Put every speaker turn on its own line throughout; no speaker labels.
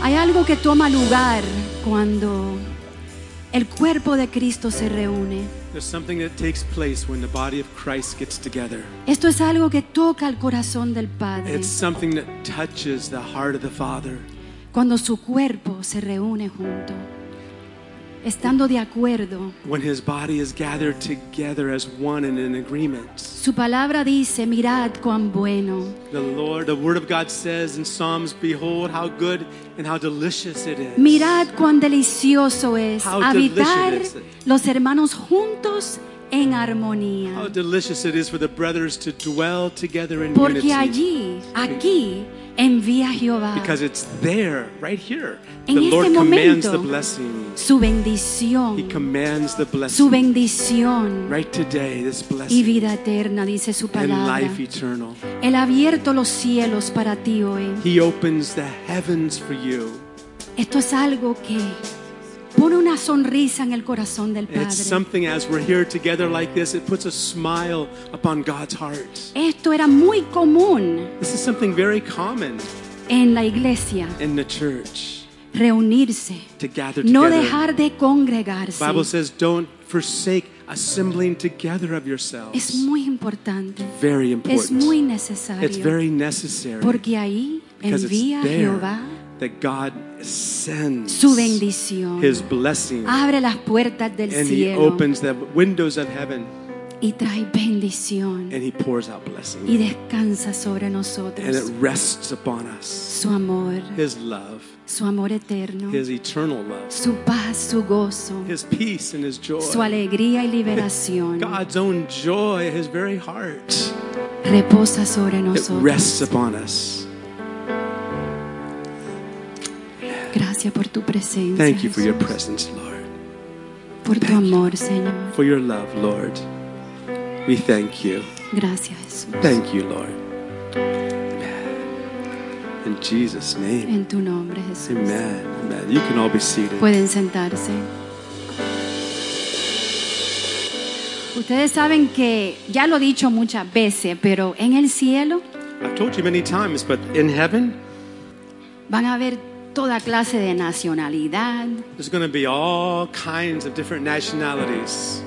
Hay algo que toma lugar cuando el cuerpo de Cristo se reúne.
There's something that takes place when the body of Christ gets together.
Esto es algo que toca el corazón del Padre
It's something that touches the heart of the Father.
cuando su cuerpo se reúne junto, estando de acuerdo.
When his body is gathered together as one and in agreement.
Su palabra dice, mirad cuán bueno,
The Lord, the Word of God says in Psalms, Behold how good and how delicious it is.
mirad cuán delicioso es
How
habitar
delicious it is.
los hermanos juntos en
How
armonía.
delicious it is for the brothers to dwell together in unity.
Porque allí, aquí, envía Jehová
Because it's there, right here.
En
the
este
Lord commands
momento.
the blessing.
su
He
bendición,
commands the
su
blessing.
bendición
Right today, this
y
blessing
vida eterna, dice su
and
palabra.
life eternal.
Él ha abierto los cielos para ti hoy.
He opens the heavens for you.
Esto es algo que pone una sonrisa en el corazón del
And it's
Padre.
something as we're here together like this, it puts a smile upon God's heart.
Esto era muy común
This is something very common
en la iglesia,
in the church
reunirse,
to gather
no
together.
dejar de congregarse.
Bible says, don't forsake assembling together of yourselves.
Es muy importante,
very
es
important.
muy
it's
necesario,
very necessary.
porque ahí
because
envía
it's there
Jehová
that God sends
su bendición,
His blessing.
abre las puertas del
and He
cielo
opens the windows of heaven
y trae bendición
and He pours out
y
blessing.
descansa sobre
And it
nosotros
rests upon us.
su amor,
His love,
su amor eterno.
His eternal love,
su paz, su gozo,
His peace and His
su
joy.
alegría y liberación
God's own joy, His very heart.
reposa sobre
It
nosotros.
rests upon us.
Gracias por tu presencia,
Thank you for your
Jesús,
presence, Lord.
por tu amor, Señor.
for your love, Lord. We thank you.
Gracias, Jesús,
Thank you, Lord. In Jesus' name.
en tu nombre, Jesús.
Amen. Amen. You can all be seated.
Pueden sentarse. Ustedes saben que, ya lo he dicho muchas veces, pero en el cielo
I've told you many times, but in heaven,
van a haber toda clase de nacionalidad,
there's going to be all kinds of different nationalities.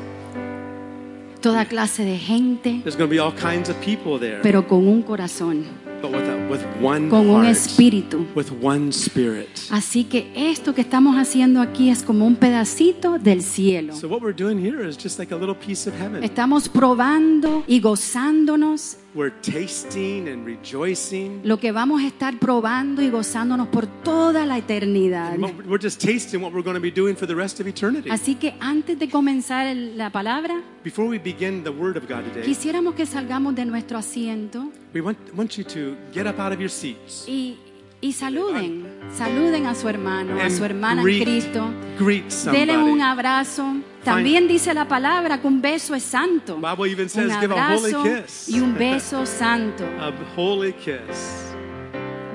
toda clase de gente,
There's going to be all kinds of people there,
pero con un corazón,
but with, a, with one
con un
heart,
espíritu. Ah.
with one spirit.
Así que esto que estamos haciendo aquí es como un pedacito del cielo.
So what we're doing here is just like a little piece of heaven.
Estamos probando y gozándonos
We're tasting and rejoicing.
lo que vamos a estar probando y gozándonos por toda la eternidad.
And what- We're just tasting what we're going to be doing for the rest of eternity.
Así que antes de comenzar el- la palabra,
Before we begin the Word of God today,
quisiéramos que salgamos de nuestro asiento
we want, want you to get up out of your seats
y, y saluden, saluden a su hermano, a
and
su hermana en
greet,
Cristo.
greet
Denle un
somebody.
abrazo. También dice la palabra que un beso es santo.
Bible even
Un
says, give a holy
abrazo
kiss.
y un beso santo.
A holy kiss.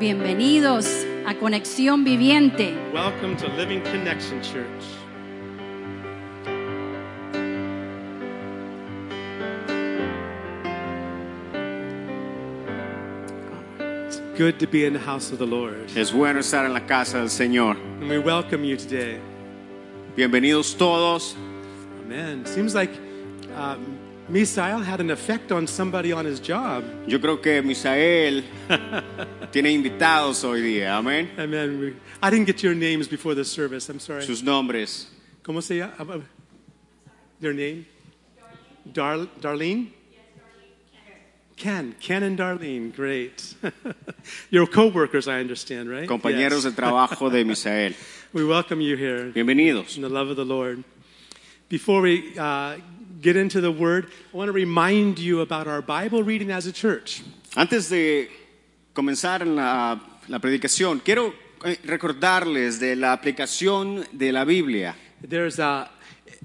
Bienvenidos a Conexión Viviente.
Welcome to Living Connection Church. It's good to be in the house of the Lord.
Es bueno estar en la casa del Señor.
And we welcome you today.
Bienvenidos todos.
Amen. Seems like um, Misael had an effect on somebody on his job.
Yo creo que Misael tiene invitados hoy día. Amén.
Amen. We- I didn't get your names before the service. I'm sorry.
Sus nombres.
¿Cómo se llama? Ah, Their name? Dar Darlene? Ken. Ken and Darlene. Great. Your co-workers, I understand, right?
Compañeros de
Yes.
trabajo de Misael.
We welcome you here
Bienvenidos.
in the love of the Lord. Before we uh, get into the Word, I want to remind you about our Bible reading as a church.
Antes de comenzar en la, la predicación, quiero eh, recordarles de la aplicación de la Biblia.
There's a,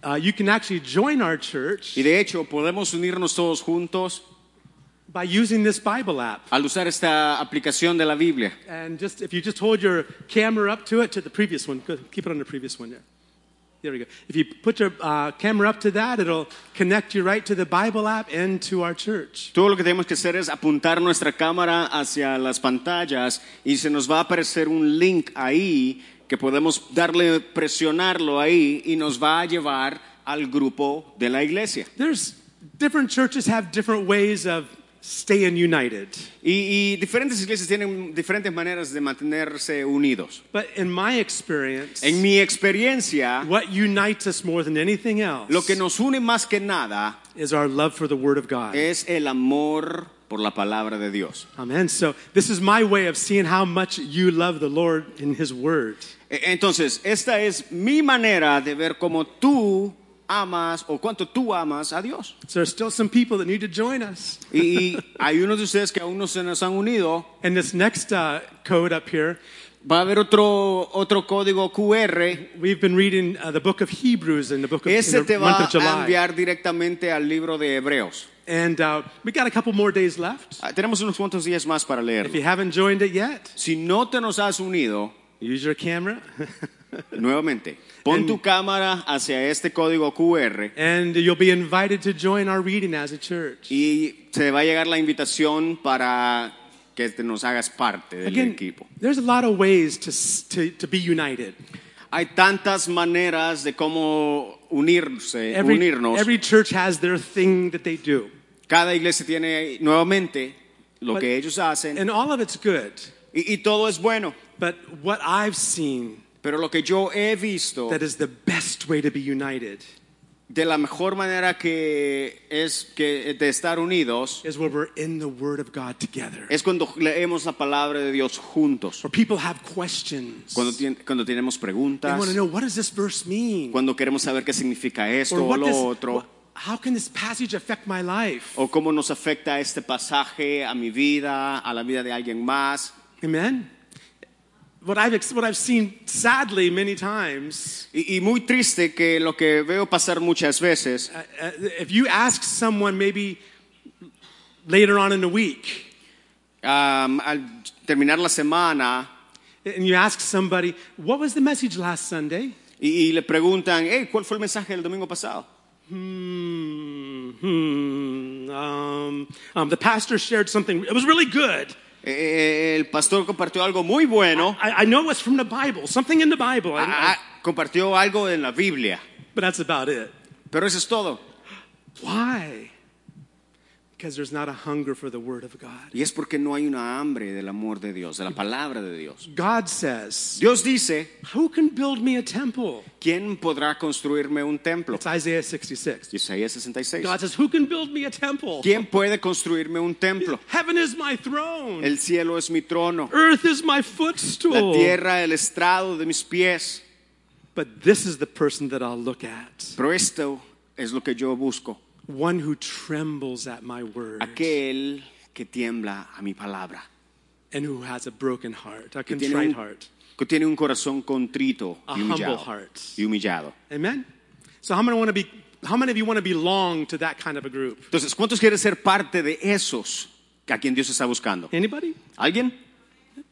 uh, you can actually join our church
Y de hecho, podemos unirnos todos juntos
by using this Bible app.
al usar esta aplicación de la Biblia.
And just if you just hold your camera up to it, to the previous one, good. keep it on the previous one there. There we go. If you put your uh, camera up to that, it'll connect you right to the Bible app and to our church.
Todo lo que tenemos que hacer es apuntar nuestra cámara hacia las pantallas y se nos va a aparecer un link ahí que podemos darle, presionarlo ahí y nos va a llevar al grupo de la iglesia.
There's different churches have different ways of staying united.
Y, y diferentes iglesias tienen diferentes maneras de mantenerse unidos.
But in my experience,
En mi experiencia,
what unites us more than anything else
lo que nos une más que nada
is our love for the Word of God.
es el amor por la palabra de Dios.
Amen. So this is my way of seeing how much you love the Lord in His Word.
E- Entonces, esta es mi manera de ver cómo tú amas o cuánto tú amas a Dios.
So there's still some people that need to join us.
Y, y hay unos de ustedes que aún no se nos han unido.
And this next uh, code up here,
Va a haber otro, otro código QR.
we've been reading uh, the book of Hebrews in the book of in
Ese te
the month
va
of
a
July.
enviar directamente al libro de Hebreos.
And uh, we got a couple more days left.
Ah, Tenemos unos cuantos días más para
If
leerlo.
you haven't joined it yet,
Si no te nos has unido,
use your camera.
nuevamente, pon tu cámara hacia este código QR
and you'll be invited to join our reading as a church.
y te va a llegar la invitación para que te nos hagas parte del
Again,
equipo.
there's a lot of ways to, s- to, to be united.
Hay tantas maneras de cómo unirse,
Every,
unirnos.
every church has their thing that they do,
Cada iglesia tiene nuevamente lo
But-
que ellos hacen
and all of it's good.
y, y todo es bueno.
But what I've seen
Pero lo que yo he visto
that is the best way to be united
de la mejor manera que es que de estar unidos
is where we're in the Word of God together,
es cuando leemos la palabra de Dios juntos.
where people have questions.
Cuando, tien- cuando tenemos
They
preguntas,
want to know what does this verse mean,
cuando queremos saber qué significa esto o
what
lo
does-
otro,
wh- how can this passage affect my life?
o cómo nos afecta este pasaje a mi vida, a la vida de alguien más.
Amen. What I've ex- what I've seen sadly many times,
Y, y muy triste que lo que veo pasar muchas veces,
uh, uh, if you ask someone maybe later on in the week,
am, al terminar la semana
and you ask somebody, "What was the message last Sunday?"
y, y le preguntan, "Hey, ¿cuál fue el mensaje del domingo pasado?
Hmm, hmm, um, um, the pastor shared something. It was really good.
Eh, eh, el pastor compartió algo muy bueno,
I, I know it was from the Bible, something in the Bible, I-
Ah,
I-
ah, compartió algo en la Biblia,
but that's about it.
pero eso es todo.
Why? Because there's not a hunger for the Word of God.
Y es porque no hay una hambre del amor de Dios, de la palabra de Dios.
God says,
Dios dice,
Who can build me a temple?
¿quién podrá construirme un templo?
It's Isaiah 66.
Isaías 66.
God says, Who can build me a temple?
¿Quién puede construirme un templo?
Heaven is my throne,
El cielo es mi trono,
earth is my
la
footstool.
tierra el estrado de mis pies.
But this is the person that I'll look at
Pero esto es lo que yo busco,
one who trembles at my word
aquel que tiembla a mi palabra,
and who has a broken heart, a
que tiene
contrite
un,
heart.
que tiene un corazón contrito
A
y humillado.
humble heart.
Y humillado.
Amen? So, how many, want to be, how many of you want to belong to that kind of a group?
Entonces, ¿cuántos quieren ser parte de esos a quien Dios está buscando?
Anybody?
¿Alguien?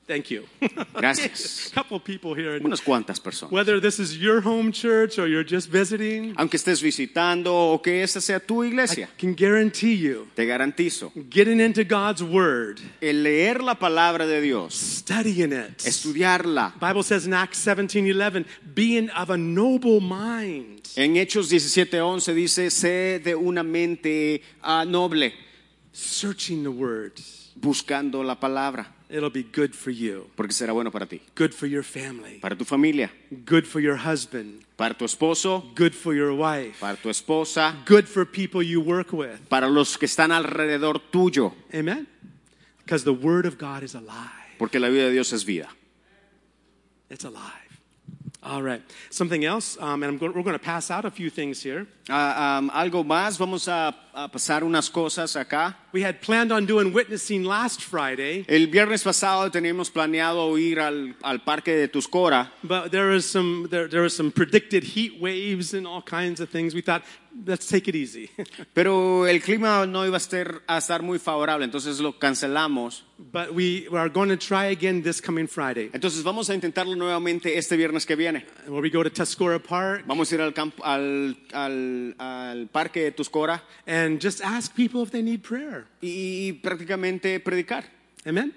Thank you.
Gracias.
A couple people here.
Unas cuantas personas.
Whether this is your home church or you're just visiting,
Aunque estés visitando o que esta sea tu
I
iglesia,
can guarantee you
te garantizo,
getting into God's word,
el leer la palabra de Dios,
studying it.
estudiarla,
Bible says in Acts 17 11, being of a noble mind.
en Hechos 17:11 dice, sé de una mente ah, noble,
Searching the word,
buscando la palabra,
it'll be good for you,
porque será bueno para ti,
good for your family,
para tu familia,
good for your husband,
para tu esposo,
good for your wife,
para tu esposa,
good for people you work with.
para los que están alrededor tuyo,
Amen? Because the word of God is alive.
porque la vida de Dios es vida.
It's alive. All right. Something else, um, and I'm go- we're going to pass out a few things here.
Ah, am, algo más, vamos a, a pasar unas cosas acá.
We had planned on doing witnessing last Friday,
El viernes pasado teníamos planeado ir al, al parque de Tuscora,
but there was some there, there was some predicted heat waves and all kinds of things. We thought, let's take it easy.
pero el clima no iba a, ser- a estar muy favorable, entonces lo cancelamos.
but we are going to try again this coming Friday,
Entonces vamos a intentarlo nuevamente este viernes que viene.
where we go to Tuscora Park
Vamos a ir al, camp- al, al- al parque de Tuscora
and just ask people if they need prayer.
y, y prácticamente predicar.
Amen.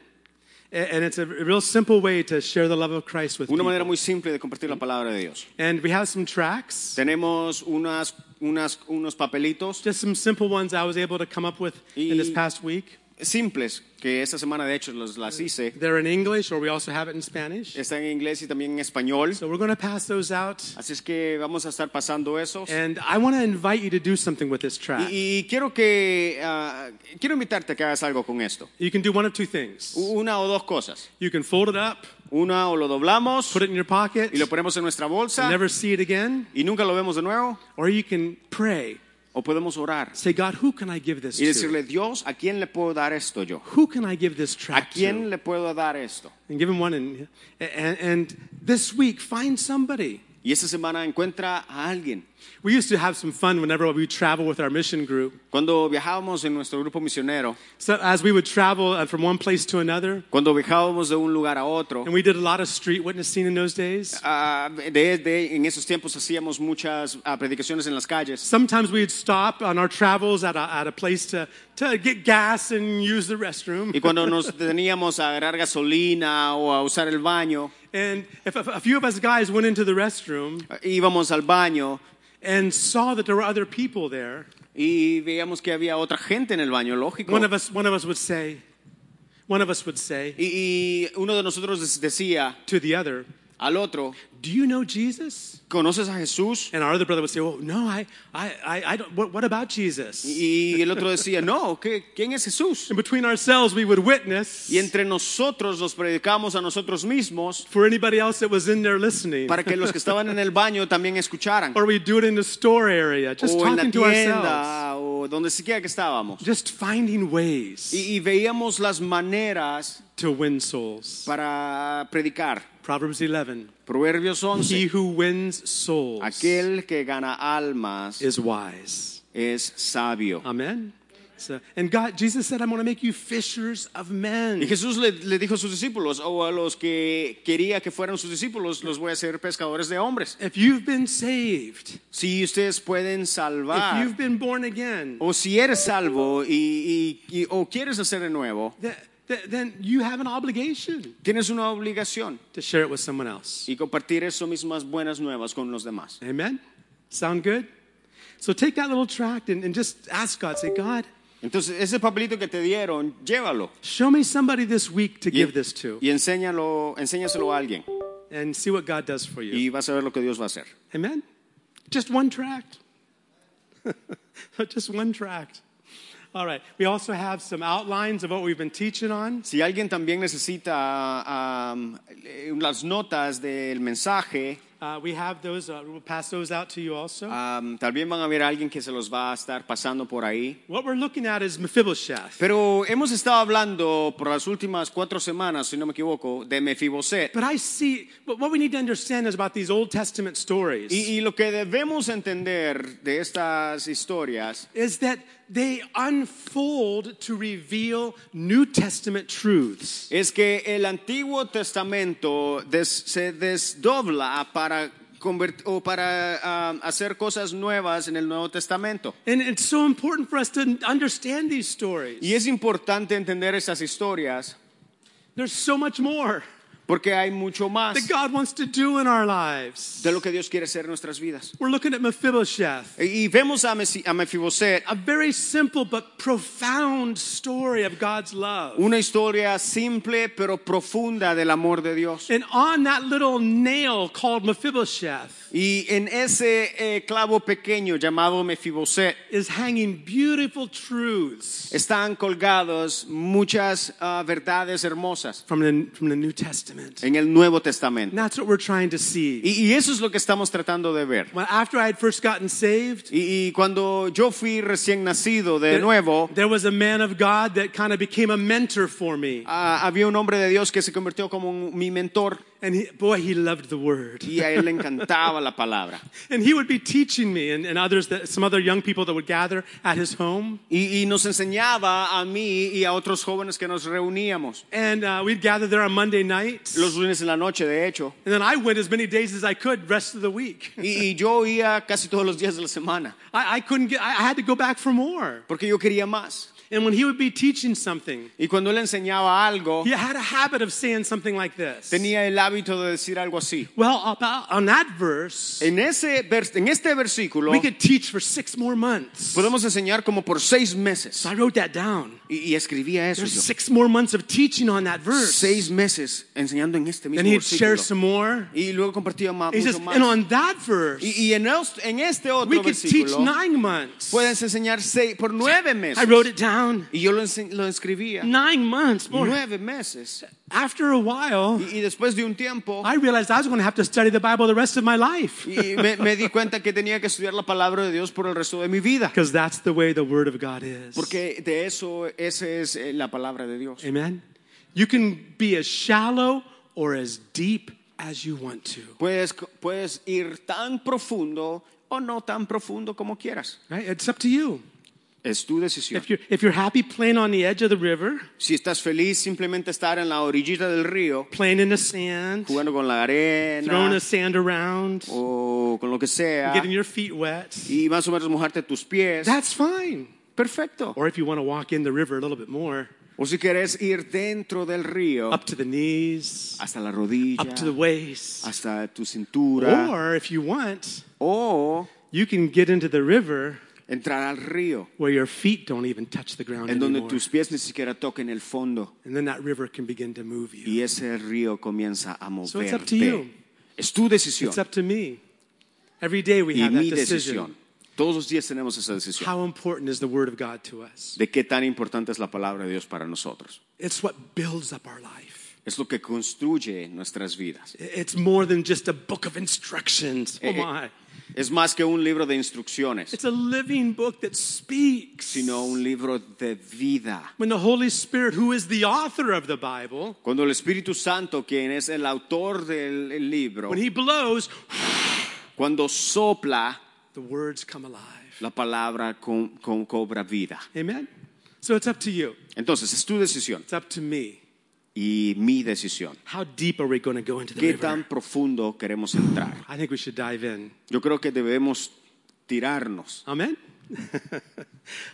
A- And it's a real simple way to share the love of Christ with
Una
people.
manera muy simple de compartir la palabra de Dios.
And we have some tracks,
Tenemos unas, unas, unos papelitos
just some simple ones I was able to come up with in this
Y-
past week.
simples que esta semana de hecho los, las hice.
They're in English, or we also have it in Spanish.
Está en inglés y también en español.
So we're going to pass those out.
Así es que vamos a estar pasando esos.
And I want to invite you to do something with this track.
Y, y quiero que ah, quiero invitarte a que hagas algo con esto.
You can do one of two things.
U- Una o dos cosas.
You can fold it up,
Una o lo doblamos
put it in your pocket,
y lo ponemos en nuestra bolsa
never see it again,
y nunca lo vemos de nuevo.
or you can pray.
O podemos orar
Say, God, who can I give this
y
to?
decirle, Dios, ¿a quién le puedo dar esto yo?
Who can I give this
¿A
track
quién
to?
le puedo dar esto?
And give him one. And, and, and this week, find somebody.
Y esta semana encuentra a alguien.
We used to have some fun whenever we travel with our mission group.
Cuando viajábamos en nuestro grupo misionero,
So as we would travel uh, from one place to another,
cuando viajábamos de un lugar a otro,
and we did a lot of street witnessing in those days.
ah, de- de- en esos tiempos hacíamos muchas ah, predicaciones en las calles.
Sometimes we'd stop on our travels at a, at a place to, to get gas and use the restroom.
Y cuando nos deteníamos a agarrar gasolina o a usar el baño,
And if, if a few of us guys went into the restroom
ah, íbamos al baño
and saw that there were other people there,
y veíamos que había otra gente en el baño, lógico.
one of us, one of us would say, one of us would say
Y, y uno de nosotros des- decía
to the other,
al otro,
"Do you know Jesus?"
¿conoces a Jesús?
And our other brother would say, "Well, no, I, I, I, I don't. What, what about Jesus?"
Y el otro decía, no, ¿qué- ¿quién es Jesús?
And between ourselves, we would witness
Y entre nosotros nos predicamos a nosotros mismos
for anybody else that was in there listening,
para que los que estaban en el baño también escucharan.
or we'd do it in the store area, just
O en la
talking to ourselves.
tienda, o donde siquiera que estábamos.
just finding ways
Y, y veíamos las maneras
to win souls.
para predicar.
Proverbs 11.
Proverbios
He
11.
who wins souls
Aquel que gana almas
is wise.
es sabio.
Amen. So, and God, Jesus said, I'm going to make you fishers of
Y
men.
Jesús le, le dijo a sus discípulos, o a los que quería que fueran sus discípulos, los voy a hacer pescadores de hombres.
If you've been saved,
Si ustedes pueden
if
salvar,
you've been born again,
o si eres salvo y, y- y- o quieres hacer de nuevo,
th- th- then you have an obligation
tienes una obligación
to share it with someone else.
y compartir esas mismas buenas nuevas con los demás.
Amen. Sound good? So take that little tract and, and just ask God, say, God,
Entonces, ese papelito que te dieron, llévalo.
show me somebody this week to
Y,
give this to
y enséñalo, enséñaselo a alguien.
and see what God does for you.
Y vas a ver lo que Dios va a hacer.
Amen? Just one tract. Just one tract. All right. We also have some outlines of what we've been teaching on.
Si alguien también necesita um, eh, las notas del mensaje,
Uh, we have those. Uh, we'll pass those out to you also.
um, también van a ver a alguien que se los va a estar pasando por ahí.
what we're looking at is Mephibosheth.
Pero hemos estado hablando por las últimas cuatro semanas, si no me equivoco, de Mefiboset.
But I see. But what we need to understand is about these Old Testament stories
Y, y lo que debemos entender de estas historias
is that they unfold to reveal New Testament truths.
es que el Antiguo Testamento des- se desdobla para, convert- o para ah, hacer cosas nuevas en el Nuevo Testamento.
And it's so important for us to understand these stories.
Y es importante entender estas historias
There's so much more.
porque hay mucho más
that God wants to do in our lives.
de lo que Dios quiere hacer en nuestras vidas. E,
We're looking at Mephibosheth,
Y y vemos a, Mesi- a Mefiboset,
a very simple but profound story of God's love.
una historia simple pero profunda del amor de Dios.
And on that little nail called Mephibosheth
Y en ese eh, clavo pequeño llamado Mefiboset
is hanging beautiful truths
están colgados muchas ah, verdades hermosas
from the, from the New Testament.
en el Nuevo
And
Testamento.
that's what we're trying to see.
Y, y eso es lo que estamos tratando de ver.
Well, after I had first gotten saved,
Y, y cuando yo fui recién nacido de nuevo,
there was a man of God that kind of became a mentor for me.
ah, había un hombre de Dios que se convirtió como un- mi mentor
And he, boy, he loved the word.
y a él le encantaba la palabra.
And he would be teaching me and, and others, that, some other young people that would gather at his home.
Y, y nos enseñaba a mí y a otros jóvenes que nos reuníamos
And uh, we'd gather there on Monday nights.
los lunes en la noche, de hecho.
And then I went as many days as I could, rest of the week.
Y, y yo oía casi todos los días de la semana
I, I couldn't get, I, I had to go back for more.
porque yo quería más.
And when he would be teaching something,
Y cuando él enseñaba algo,
he had a habit of saying something like this.
tenía el hábito de decir algo así.
Well, about, on that verse,
En, ese vers- en este versículo
we could teach for six more months.
podemos enseñar como por seis meses.
So I wrote that down.
Y, y escribía eso
There's
yo.
six more months of teaching on that verse.
Seis meses enseñando en este mismo
Then he'd share
versículo.
some more.
Y luego compartía ma-
He says,
mucho
and
más.
on that verse,
Y, y en, os- en este
we
otro
could teach
versículo
nine months.
puedes enseñar seis, por nueve meses.
I wrote it down.
Y yo lo, ense- lo escribía.
Nine months. Boy,
Nueve meses.
after a while,
Y, y después de un tiempo,
I realized I was going to have to study the Bible the rest of my life
y y me, me di cuenta que tenía que estudiar la palabra de Dios por el resto de mi vida.
because that's the way the Word of God is.
Porque de eso, esa es eh, la palabra de Dios.
Amen. You can be as shallow or as deep as you want to.
Puedes, puedes ir tan profundo o no tan profundo como quieras.
Right? It's up to you.
Es tu decisión.
If you're if you're happy playing on the edge of the river,
Si estás feliz simplemente estar en la orillita del río,
playing in the sand,
jugando con la
throwing
arena
the sand around,
o con lo que sea,
getting your feet wet,
y más o menos mojarte tus pies,
that's fine.
perfecto.
Or if you want to walk in the river a little bit more,
O si quieres ir dentro del río,
up to the knees,
hasta la rodilla,
up to the waist.
hasta tu cintura,
Or if you want,
o
you can get into the river
entrar al río,
where your feet don't even touch the ground
en donde
anymore.
tus pies ni siquiera toquen el fondo.
And then that river can begin to move you.
y ese río comienza a
So it's up to
moverte.
you.
Es tu decisión
It's up to me. Every day we
y
have that
mi
decision.
decisión. Todos los días tenemos esa decisión
How important is the Word of God to us?
de qué tan importante es la palabra de Dios para nosotros.
It's what builds up our life.
Es lo que construye nuestras vidas.
It's more than just a book of instructions. Oh
Eh, eh.
my.
Es más que un libro de instrucciones,
It's a living book that speaks.
sino un libro de vida.
When the Holy Spirit, who is the author of the Bible,
Cuando el Espíritu Santo, quien es el autor del el libro,
when he blows,
cuando sopla,
the words come alive.
la palabra co- co- cobra vida.
Amen? So it's up to you.
Entonces, es tu decisión
It's up to me.
y mi decisión.
How deep are we going to go into the
¿Qué
river?
tan profundo queremos entrar?
I think we should dive in.
Yo creo que debemos tirarnos.
Amen.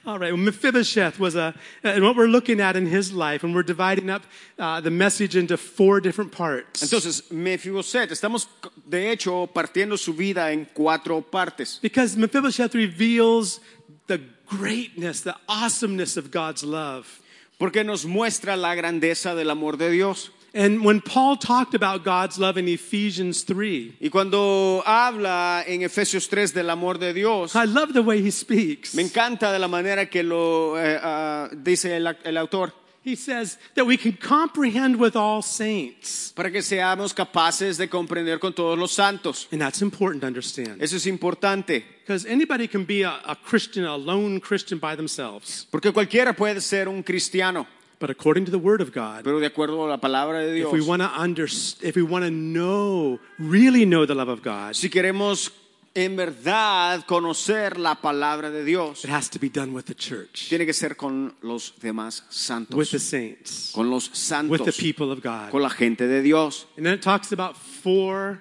All right. Well, Mephibosheth was a, and what we're looking at in his life, and we're dividing up uh, the message into four different parts.
Entonces, Mefiboset, estamos de hecho partiendo su vida en cuatro partes,
because Mephibosheth reveals the greatness, the awesomeness of God's love.
porque nos muestra la grandeza del amor de Dios.
And when Paul talked about God's love in Ephesians 3,
Y cuando habla en Efesios 3 del amor de Dios,
I love the way he speaks.
me encanta de la manera que lo eh, ah, dice el, el autor,
He says that we can comprehend with all saints.
para que seamos capaces de comprender con todos los santos.
And that's important to understand.
Eso es importante,
Because anybody can be a, a Christian, a lone Christian by themselves.
porque cualquiera puede ser un cristiano,
But according to the Word of God,
pero de acuerdo a la palabra de
if
Dios.
we want to underst- if we want to know, really know the love of God,
Si queremos en verdad conocer la palabra de Dios,
it has to be done with the church,
tiene que ser con los demás
with the
santos,
saints,
con los
with the
santos,
people of God.
con la gente de Dios.
And then it talks about four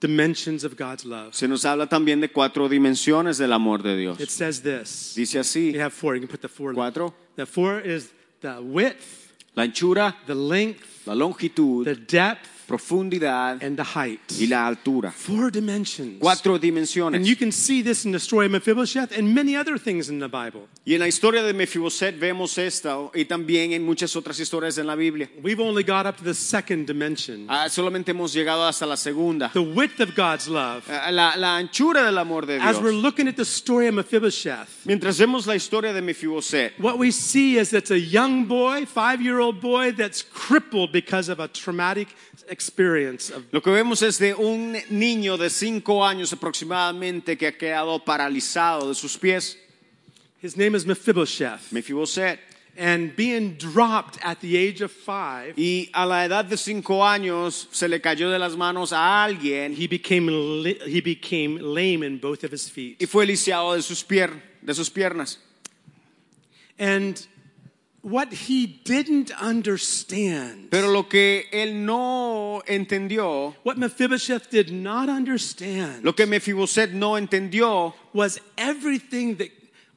dimensions of God's love.
Se nos habla también de cuatro dimensiones del amor de
It
Dios.
says this.
Dice así,
You have four. You can put the four.
Cuatro.
The four is the width,
la anchura,
the length,
la longitud,
the depth,
profundidad
and the height.
y la altura.
Four dimensions.
Cuatro
And
dimensiones.
you can see this in the story of Mephibosheth and many other things in the Bible.
Y en la historia de Mefiboset vemos esta y también en muchas otras historias en la Biblia.
We've only got up to the second dimension.
Ah, solamente hemos llegado hasta la segunda.
The width of God's love.
Ah, La, la anchura del amor de
As we're
Dios.
looking at the story of Mephibosheth,
Mientras vemos la historia de Mefiboset,
What we see is it's a young boy, five year old boy, that's crippled because of a traumatic experience. Of,
Lo que vemos es de un niño de cinco años aproximadamente que ha quedado paralizado de sus pies,
his name is Mephibosheth.
Mefiboset,
And being dropped at the age of five,
y a la edad de cinco años se le cayó de las manos a alguien
he became, li- he became lame in both of his
y
feet.
fue lisiado de sus, pier- de sus piernas.
And what he didn't understand,
Pero lo que él no entendió,
what Mephibosheth did not understand,
lo que Mefiboset no entendió,
was everything that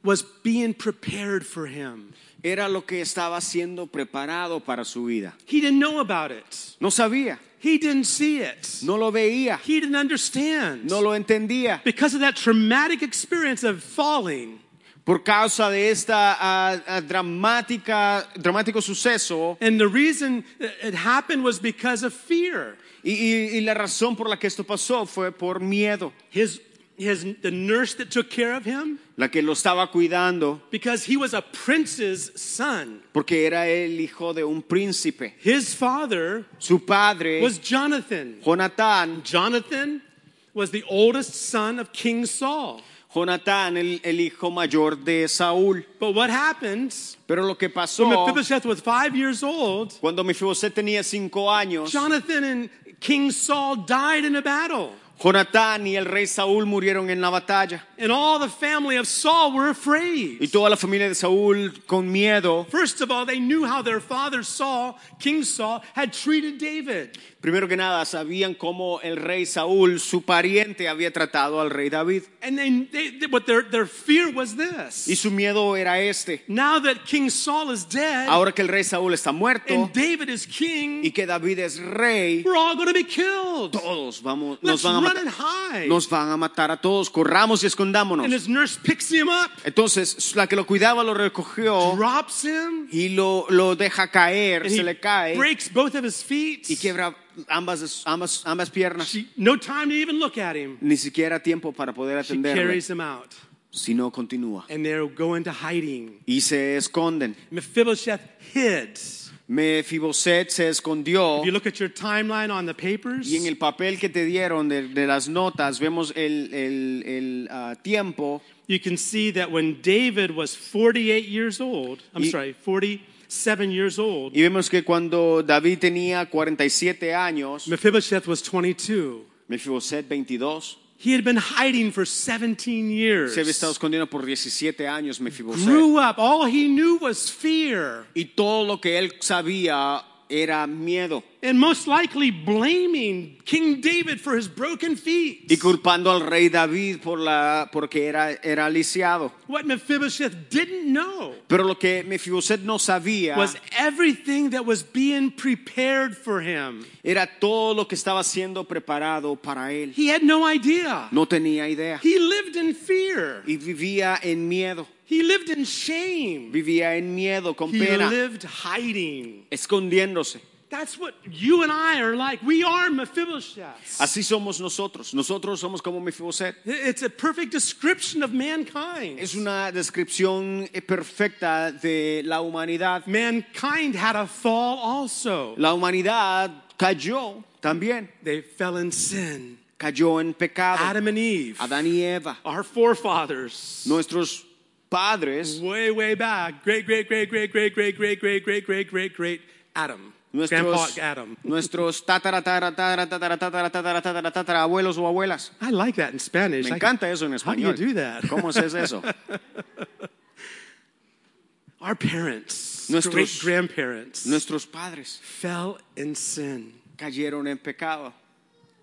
was being prepared for him.
era lo que estaba siendo preparado para su vida.
He didn't know about it,
No sabía,
he didn't see it.
no lo veía,
He didn't understand.
no lo entendía.
Because of that traumatic experience of falling
por causa de esta ah, ah, dramática dramático suceso
and the reason it happened was because of fear.
y, y- y la razón por la que esto pasó fue por miedo
His his the nurse that took care of him
la que lo estaba cuidando
because he was a prince's son.
porque era el hijo de un príncipe
His father
su padre
was Jonathan.
Jonatán
Jonathan was the oldest son of King Saul.
Jonatán el, el hijo mayor de Saúl
But what happened
pero lo que
when
pasó
Mephibosheth was 5 years old,
cuando Mefiboset tenía cinco años
Jonathan and King Saul died in a battle.
Jonatán y el rey Saúl murieron en la batalla
And all the family of Saul were afraid.
y toda la familia de Saúl con miedo
First of all, they knew how their father Saul, King Saul, had treated David.
Primero que nada, sabían cómo el rey Saúl, su pariente, había tratado al rey David.
And they, they what their, their fear was
Y
this.
su miedo era este.
Now that King Saul is dead
Ahora que el rey Saúl está muerto
and David is
y
king,
que David es rey,
we're all going to be killed.
todos vamos, nos
Let's
van a
run and
matar.
hide.
Nos van a matar a todos. Corramos y
And
escondámonos.
his nurse picks him up,
Entonces, la que lo cuidaba lo recogió
drops him,
y lo, lo deja caer,
and
se le
he
cae
breaks both of his feet.
y quiebra ambas, de sus- ambas, ambas piernas.
She, no time to even look at him.
Ni siquiera tiempo para poder
She
atenderle,
carries him out,
si no continúa.
and they go into hiding.
Y se esconden.
Mephibosheth hid.
Mefiboset se escondió
If you look at your timeline on the papers,
y en el papel que te dieron de, de las notas vemos el, el- el, ah, tiempo
you can see that when David was 48 years old, I'm
Y-
sorry, 47 years old,
y vemos que cuando David tenía 47 años,
Mephibosheth was 22.
Mefiboset 22,
He had been hiding for 17 years.
se había estado escondiendo por 17 años Mefiboset
Grew up. All he knew was fear.
y todo lo que él sabía era miedo
And most likely blaming King David for his broken feet.
y culpando al rey David por la, porque era, era lisiado.
What Mephibosheth didn't know
Pero lo que Mefiboset no sabía
was everything that was being prepared for him.
era todo lo que estaba siendo preparado para él.
He had no idea.
No tenía idea.
He lived in fear.
Y vivía en miedo,
He lived in shame.
vivía en miedo, con
He
pena,
lived hiding.
escondiéndose.
That's what you and I are like. We are Mephibosheth.
Así somos nosotros. Nosotros somos como Mefiboset.
It's a perfect description of mankind.
Es una descripción eh, perfecta de la humanidad.
Mankind had a fall also.
La humanidad cayó también,
They fell in sin.
cayó en pecado.
Adam and Eve,
Adán y Eva,
our forefathers,
nuestros padres,
way, way back. Great, great, great, great, great, great, great, great, great, great, great, great Adam. Grandpa
nuestros
Adam.
nuestros tatara, tatara, tatara, tatara, tatara, tatara, tatara, tatara, abuelos o abuelas.
I like that in Spanish.
Me
I-
encanta eso en
How do you
español.
do that?
¿Cómo es eso?
Our parents,
Nuestros-
great grandparents,
Nuestros padres
fell in sin.
cayeron en pecado.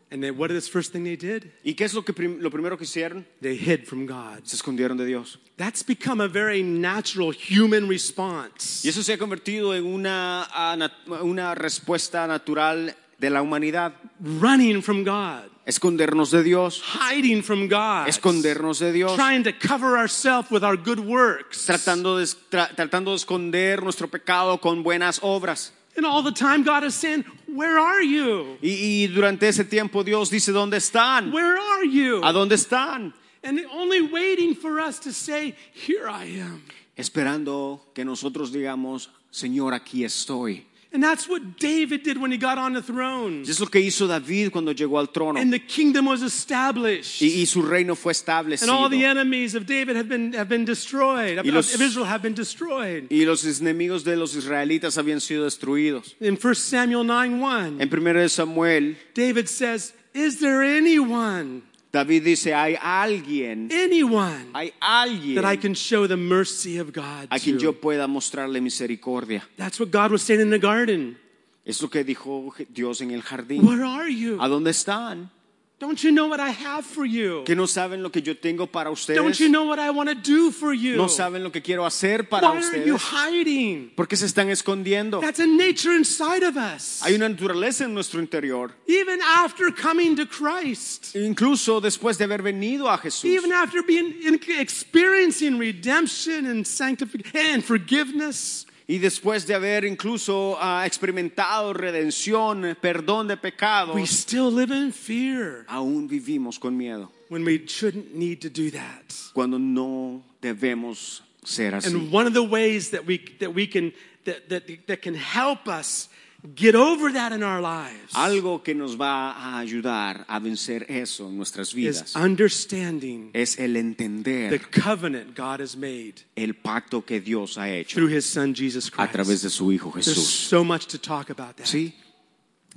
And then what is the first thing they did?
¿Y qué es lo, que prim- lo primero que hicieron?
They hid from God.
Se escondieron de Dios.
That's become a very natural human
Y
response.
eso se ha convertido en una, ah, nat- una respuesta natural de la humanidad.
running from God,
Escondernos de Dios,
hiding from God,
escondernos de Dios,
trying to cover ourselves with our good works.
tratando de, tra- tratando de esconder nuestro pecado con buenas obras.
And all the time, God is saying, Where are you?
Y, y durante ese tiempo Dios dice, ¿dónde están?
Where are you?
¿A dónde están?
And only waiting for us to say, Here I am.
Esperando que nosotros digamos, Señor, aquí estoy.
And that's what David did when he got on the throne.
Y es lo que hizo David cuando llegó al trono
And the kingdom was established.
y, y su reino fue
And all
establecido.
the enemies of David have been, have been destroyed, of,
Y los-
of Israel have been destroyed.
Y los enemigos de los israelitas habían sido destruidos.
In 1 Samuel 9 1,
En 1 de Samuel,
David says, Is there anyone,
David dice, hay alguien,
anyone
hay alguien
that I can show the mercy of God
a quien
to?"
yo pueda mostrarle misericordia.
That's what God was saying in the garden.
Es lo que dijo Dios en el jardín.
Where are
¿A
you?
dónde están?
Don't you know what I have for you?
Que no saben lo que yo tengo para
Don't
ustedes.
you know what I want to do for you?
No saben lo que quiero hacer para
Why are you
ustedes.
hiding?
¿Por qué se están escondiendo?
That's a nature inside of us.
Hay una naturaleza en nuestro interior.
Even after coming to Christ,
Incluso después de haber venido a Jesús,
even after being in, experiencing redemption and sanctification and forgiveness,
y después de haber incluso ah, experimentado redención, perdón de pecados,
we still live in fear
aún vivimos con miedo
when we shouldn't need to do that.
cuando no debemos ser así.
And one of the ways that we that we can that that, that can help us get over that in our lives
Algo que nos va a ayudar a vencer eso en nuestras vidas
is understanding
es el
the
entender
covenant God has made
el pacto que Dios ha hecho
through His Son Jesus
a
Christ.
través de su Hijo
There's
Jesús.
so much to talk about that.
Sí,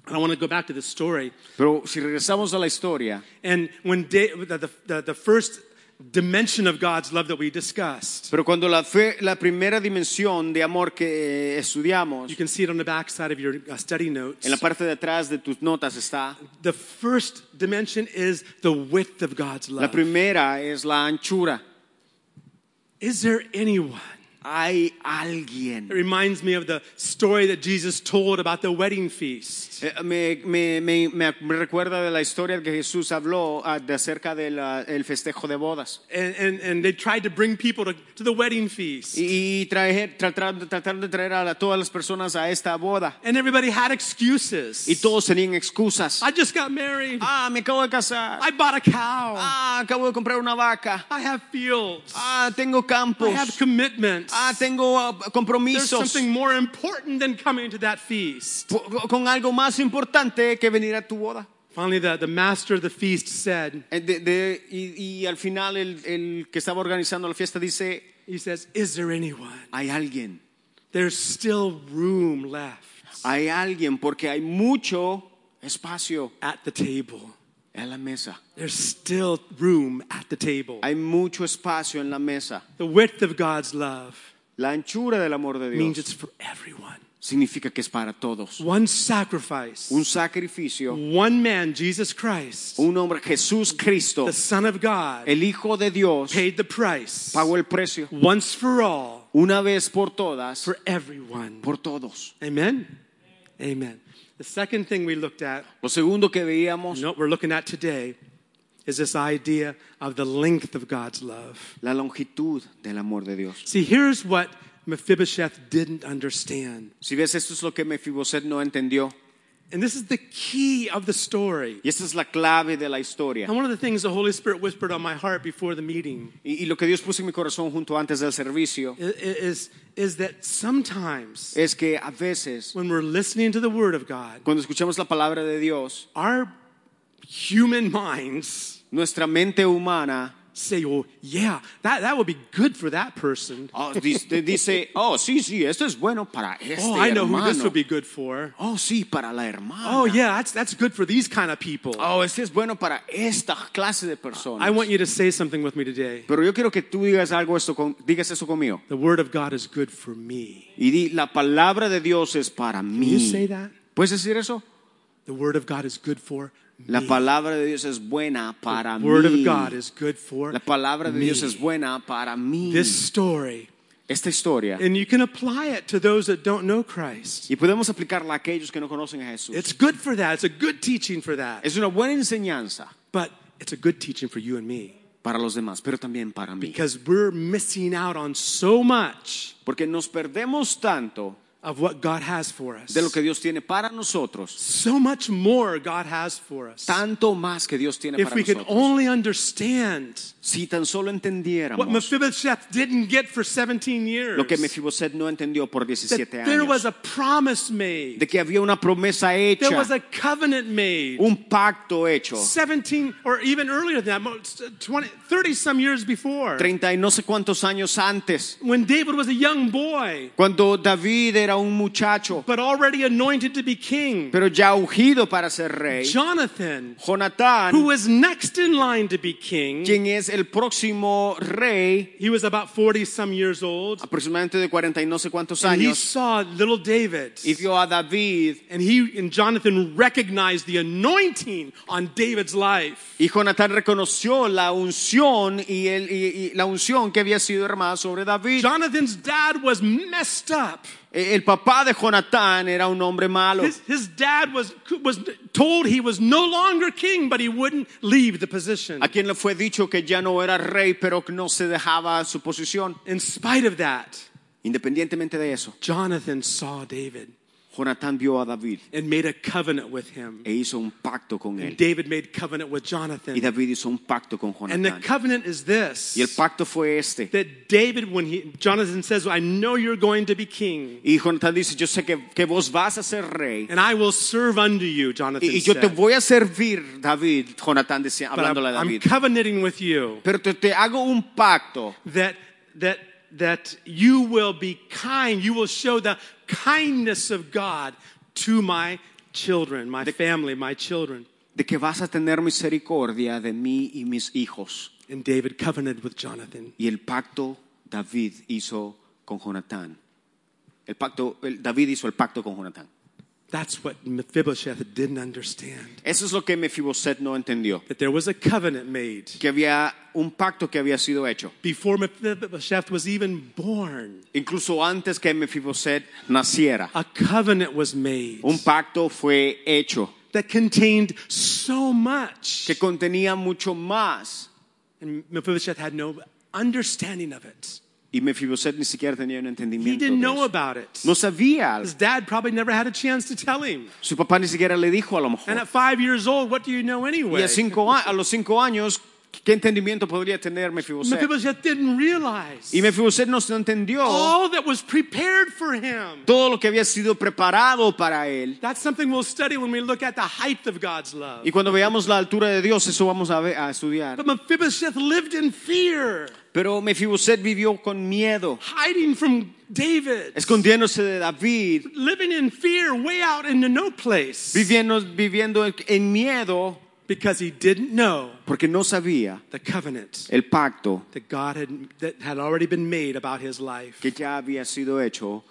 And I want to go back to the story.
pero si regresamos a la historia,
And when da- the, the, the first dimension of God's love that we discussed,
pero cuando la fe, la primera dimensión de amor que eh, estudiamos
you can see it on the back side of your uh, study notes.
en la parte de atrás de tus notas está
The first dimension is the width of God's
La
love.
primera es la anchura.
Is there anyone?
Hay
It
alguien.
reminds me of the story that Jesus told about the wedding feast.
Eh, Me, me- me- me- me recuerda de la historia que Jesús habló ah, de acerca del ah, el festejo de bodas.
And, and, and they tried to bring people to, to the wedding feast.
Y, y traer- tratar, tratar de traer a la- todas las personas a esta boda.
And everybody had excuses.
Y todos tenían excusas.
I just got married.
Ah, me acabo de casar.
I bought a cow.
Ah, acabo de comprar una vaca.
I have fields.
Ah, tengo
I
campos.
have commitments.
Ah, tengo ah,
There's
compromisos.
something more important than coming to that feast.
Po- Con algo más importante que venir a tu boda.
Finally, the, the master of the feast said,
Eh, de- de- y, y al final el, el que estaba organizando la fiesta dice,
He says, Is there anyone?
hay alguien,
There's still room left
hay alguien, porque hay mucho espacio
at the table.
en la mesa.
There's still room at the table.
Hay mucho espacio en la mesa.
The width of God's love
La anchura del amor de
means
Dios
it's for everyone.
significa que es para todos.
One sacrifice,
Un sacrificio,
one man, Jesus Christ,
un hombre, Jesús Cristo,
the Son of God,
el Hijo de Dios,
paid the price
pagó el precio
once for all
una vez por todas,
for everyone.
por todos.
Amen? Amen. The second thing we looked at,
Lo segundo que veíamos,
and what we're looking at today, is this idea of the length of God's love.
la longitud del amor de Dios.
See, here's what Mephibosheth didn't understand.
Si ves, esto es lo que Mefiboset no entendió.
And this is the key of the story.
Y esta es la clave de la historia.
And one of the things the Holy Spirit whispered on my heart before the meeting
Y, y lo que Dios puso en mi corazón junto antes del servicio
i- i- is, is that sometimes
es que a veces
when we're listening to the Word of God,
cuando escuchamos la palabra de Dios,
our human minds
nuestra mente humana
say, well, yeah, that, that would be good for that person.
oh, dis- te dice, oh, sí, sí, esto es bueno para este
Oh, I know who this
hermano.
would be good for.
Oh, sí, para la hermana.
Oh, yeah, that's, that's good for these kind of people.
Oh, este es bueno para esta clase de
I
personas.
want you to say something with me today.
Pero yo quiero que tú digas algo esto con- digas esto conmigo.
The Word of God is good for me.
Y di, la palabra de Dios es para
Can you say
mí.
that?
¿Puedes decir eso?
The Word of God is good for
La
me.
palabra de Dios es buena para
Word of
mí.
God is good for
La palabra de
me.
Dios es buena para mí.
This story
esta historia
And you can apply it to those that don't know Christ.
y podemos aplicarla a aquellos que no conocen a Jesús.
It's good for that. It's a good teaching for that.
Es una buena enseñanza
But it's a good teaching for you and me
para los demás, pero también para mí.
because we're missing out on so much
Porque nos perdemos tanto
of what God has for us.
de lo que Dios tiene para nosotros,
So much more God has for us.
tanto más que Dios tiene
If
para
we could
nosotros.
only understand
Si tan solo
what
entendiéramos
Mephibosheth didn't get for 17 years,
lo que Mefiboset no entendió por
that
17
there was
años,
a promise made,
de que había una promesa
there
hecha,
was a covenant made.
un pacto hecho,
17 or even earlier than that, mo- 20, 30 some years before,
30 y no sé cuántos años antes,
when David was a young boy,
cuando David era un muchacho,
but already anointed to be king.
pero ya ungido para ser rey,
Jonathan, who
Jonatán,
was next in line to be king,
quien es el próximo rey,
he was about 40 some years old.
aproximadamente de 40 y no sé cuántos
And he
años,
saw little David.
y vio a David
And he and Jonathan recognized the anointing on David's life.
Y Jonatán reconoció la unción y, el, y- y la unción que había sido armada sobre David.
Jonathan's dad was messed up.
Eh, El papá de Jonatán era un hombre malo.
His, his dad was, was told he was no longer king, but he wouldn't leave the position.
A quien le fue dicho que ya no era rey, pero que no se dejaba su posición.
In spite of that,
Independientemente de eso,
Jonathan saw David
Jonatán vio a David
and made a covenant with him.
e hizo un pacto con
And
él.
David made covenant with
Y
Jonathan.
David hizo un pacto con
And the
Jonatán.
covenant is this
Y el pacto fue este.
that David, when he, Jonathan says, I know you're going to be king,
Y Jonatán dice, yo sé que, que vos vas a ser rey.
and I will serve unto you, Jonathan.
Y, y yo te
said.
voy a servir, David. Jonatán decía,
But
hablándole a
I'm, I'm
David.
covenanting with you
Pero te- te hago un pacto.
that that that you will be kind. You will show the kindness of God to my children, my family, my children.
de que vas a tener misericordia de mí y mis hijos.
And David covenanted with Jonathan.
Y el pacto David hizo con Jonatán. El pacto, el- David hizo el pacto con Jonatán.
That's what Mephibosheth didn't understand.
Eso es lo que Mefiboset no entendió,
That there was a covenant made
que había un pacto que había sido hecho,
before Mephibosheth was even born.
incluso antes que Mefiboset naciera.
A covenant was made
Un pacto fue hecho
that contained so much.
que contenía mucho más
And Mephibosheth had no understanding of it.
y Mefiboset ni siquiera tenía un
He
entendimiento.
didn't
de
know
eso.
about it.
No sabía,
His dad probably never had a chance to tell him.
su papá ni siquiera le dijo a lo mejor.
And at five years old, what do you know
Y
anyway?
a, cinco a, a los cinco años, ¿qué entendimiento podría tener Mefiboset?
Mephibosheth didn't realize
Y Mefiboset no se entendió
all that was prepared for him.
todo lo que había sido preparado para él.
That's something we'll study when we look at the height of God's love.
Y cuando veamos la altura de Dios, eso vamos a, ver- a estudiar.
But Mephibosheth lived in fear,
Pero Mefiboset vivió con miedo,
hiding from David,
escondiéndose de David,
living in fear way out into no place
viviendo, viviendo en- en miedo,
because he didn't know
porque no sabía
the covenant
el pacto
that God had, that had already been made about his life.
que ya había sido hecho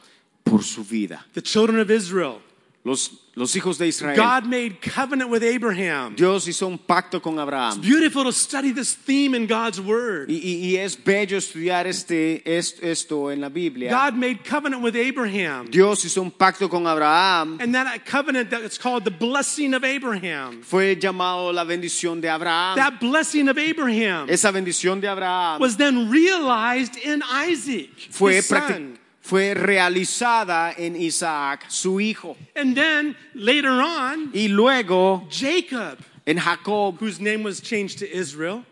por su vida.
The children of Israel,
Los, los hijos de Israel,
God made covenant with Abraham.
Dios hizo un pacto con Abraham.
beautiful to study this theme in God's
Y,
Word.
y- y es bello estudiar este, es- esto en la Biblia.
God made covenant with Abraham.
Dios hizo un pacto con Abraham.
And that covenant that's called the blessing of Abraham.
Fue llamado la bendición de Abraham.
That blessing of Abraham
Esa bendición de Abraham
was then realized in Isaac,
fue,
his
practi-
son.
fue realizada en Isaac, su hijo.
And then later on,
Y luego
Jacob,
en Jacob,
whose name was changed to Israel.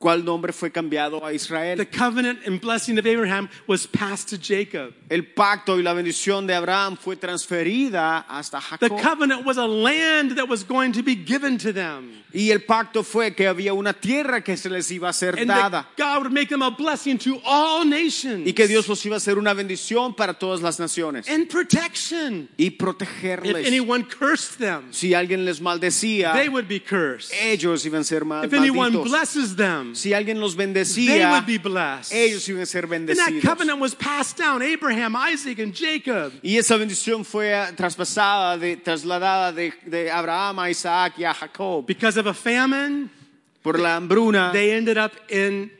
cual nombre fue cambiado a
The
Israel.
covenant and blessing of Abraham was passed to Jacob.
El pacto y la bendición de Abraham fue transferida hasta
The
Jacob.
covenant was a land that was going to be given to them.
Y el pacto fue que había una tierra que se les iba a ser
And that
dada.
God would make them a blessing to all nations.
y que Dios los iba a hacer una bendición para todas las naciones
and protection.
y
If
protegerles.
anyone cursed them,
Si alguien les maldecía,
they would be cursed.
ellos iban a ser mal-
If anyone
Eh, malditos.
blesses them,
Si alguien los
they
bendecía,
would be blessed.
ellos iban a ser
And that
bendecidos.
covenant was passed down Abraham, Isaac, and Jacob.
Y esa bendición fue ah, traspasada, de- trasladada de, de Abraham a Isaac y a Jacob.
Because of a famine,
Por la hambruna,
they ended up in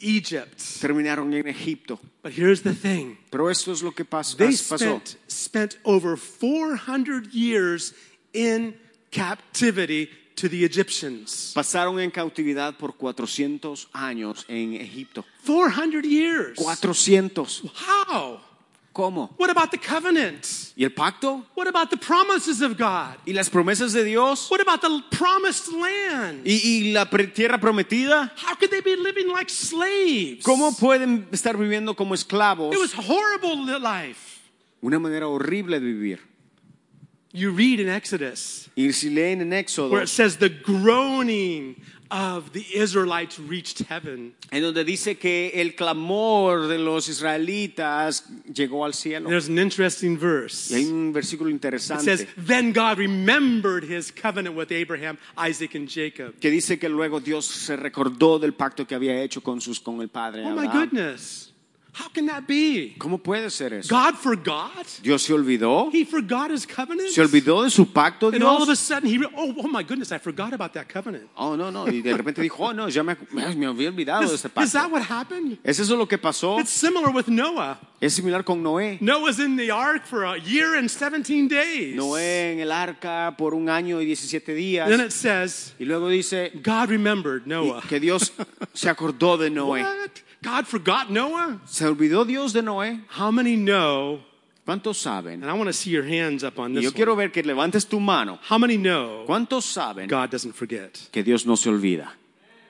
Egypt.
terminaron en Egipto.
But here's the thing
Pero esto es lo que pas-
they
as- pasó.
spent, spent over 400 years in captivity to the Egyptians.
Pasaron en cautividad por 400 años en Egipto.
400 years.
400.
How?
¿Cómo?
What about the covenant?
¿Y el pacto?
What about the promises of God?
¿Y las promesas de Dios?
What about the promised land?
¿Y, y la pre- tierra prometida?
How could they be living like slaves?
¿Cómo pueden estar viviendo como esclavos?
It was horrible li- life.
Una manera horrible de vivir.
You read in Exodus
Y si leen en Éxodo,
where it says the groaning of the Israelites reached heaven.
en donde dice que el clamor de los israelitas llegó al cielo.
There's an interesting verse.
Y hay un versículo
It says,
interesante
Then God remembered his covenant with Abraham, Isaac, and Jacob.
que dice que luego Dios se recordó del pacto que había hecho con sus con el padre.
Oh my
Abraham.
goodness. How can that be?
¿Cómo puede ser eso?
God forgot?
Dios se olvidó,
He forgot his covenant?
se olvidó de su pacto
And all of a
Dios.
sudden, he, re- oh, oh my goodness, I forgot about that covenant.
Oh no no y de repente dijo oh no ya me, me había olvidado de
Is,
este
is that
pacto.
what happened?
Es eso lo que pasó.
It's similar with Noah.
Es similar con Noé.
Noah's in the ark for a year and 17 days.
Noé en el arca por un año y 17 días
Then it says,
y luego dice
God remembered Noah.
que Dios se acordó de Noé.
What? God forgot Noah?
¿Se olvidó Dios de Noé?
How many know?
¿Cuántos saben?
And I want to see your hands up on
Y
this.
yo
one.
quiero ver que levantes tu mano.
How many know
¿Cuántos saben
God doesn't forget?
que Dios no se olvida?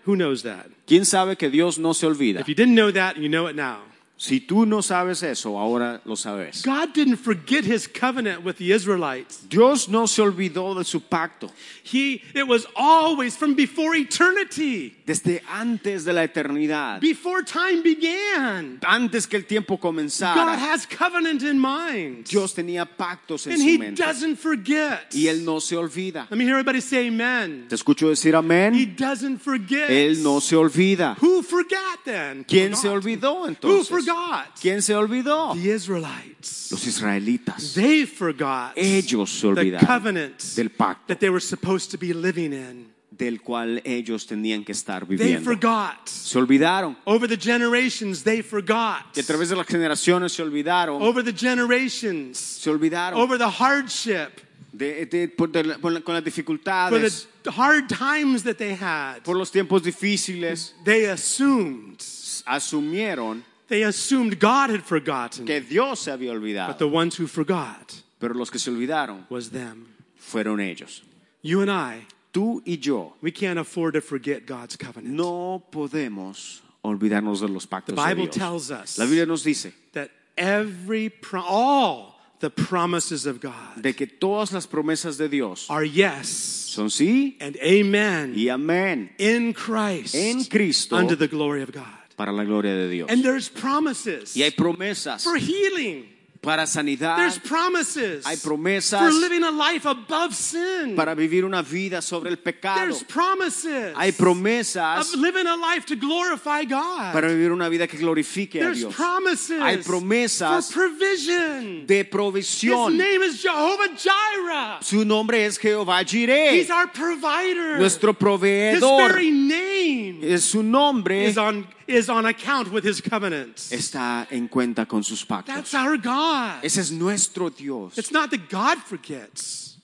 Who knows that?
¿Quién sabe que Dios no se olvida?
If you didn't know that, you know it now.
Si tú no sabes eso, ahora lo sabes.
God didn't forget his covenant with the Israelites.
Dios no se olvidó de su pacto.
He it was always from before eternity,
Desde antes de la eternidad,
before time began.
antes que el tiempo
God
comenzara,
has covenant in mind.
Dios tenía pactos en
And
su
he
mente.
doesn't forget.
Y Él no se olvida.
Let me hear everybody say amen.
Te escucho decir
He
amén.
doesn't forget.
Él no se olvida.
Who forgot then?
¿Quién se
Forgot.
olvidó
Who
entonces?
forgot?
¿Quién se olvidó?
The Israelites.
Los israelitas.
They forgot
Ellos se
the
olvidaron
covenant
del pacto
that they were supposed to be living in.
del cual ellos tenían que estar
They
viviendo.
forgot.
Se olvidaron.
Over the generations, they forgot.
Y a través de las generaciones se olvidaron.
Over the generations,
Se olvidaron
over the hardship,
de- de- por- de la- por la- con las
for
dificultades,
the hard times that they had.
por los tiempos difíciles.
They assumed.
Asumieron
They assumed God had forgotten.
que Dios se había
But
olvidado.
the ones who forgot
Pero los que se olvidaron
was them.
fueron ellos.
You and I,
Tú y yo
we can't afford to forget God's covenant.
no podemos olvidarnos de los
The
pactos de
Bible
Dios.
tells us
La Biblia nos dice
that every pro- all the promises of God
de que todas las promesas de Dios
are yes
son sí
and amen
y amén
in Christ
en Cristo
under the glory of God.
para la gloria de Dios.
And there's promises
Y hay promesas
for healing.
para sanidad,
There's promises
hay promesas
for living a life above sin.
para vivir una vida sobre el pecado.
There's promises
Hay
of
promesas
living a life to glorify God.
para vivir una vida que glorifique a
There's
Dios.
promises
Hay promesas
for provision.
De
His
provisión.
name is Jehovah Jireh.
Su nombre es Jehová Jireh,
He's our provider.
nuestro
His
proveedor.
very name
Es Su nombre
is on, is on account with his covenants.
está en cuenta con sus
That's
pactos.
our God.
Ese es nuestro Dios.
It's not that God forgets.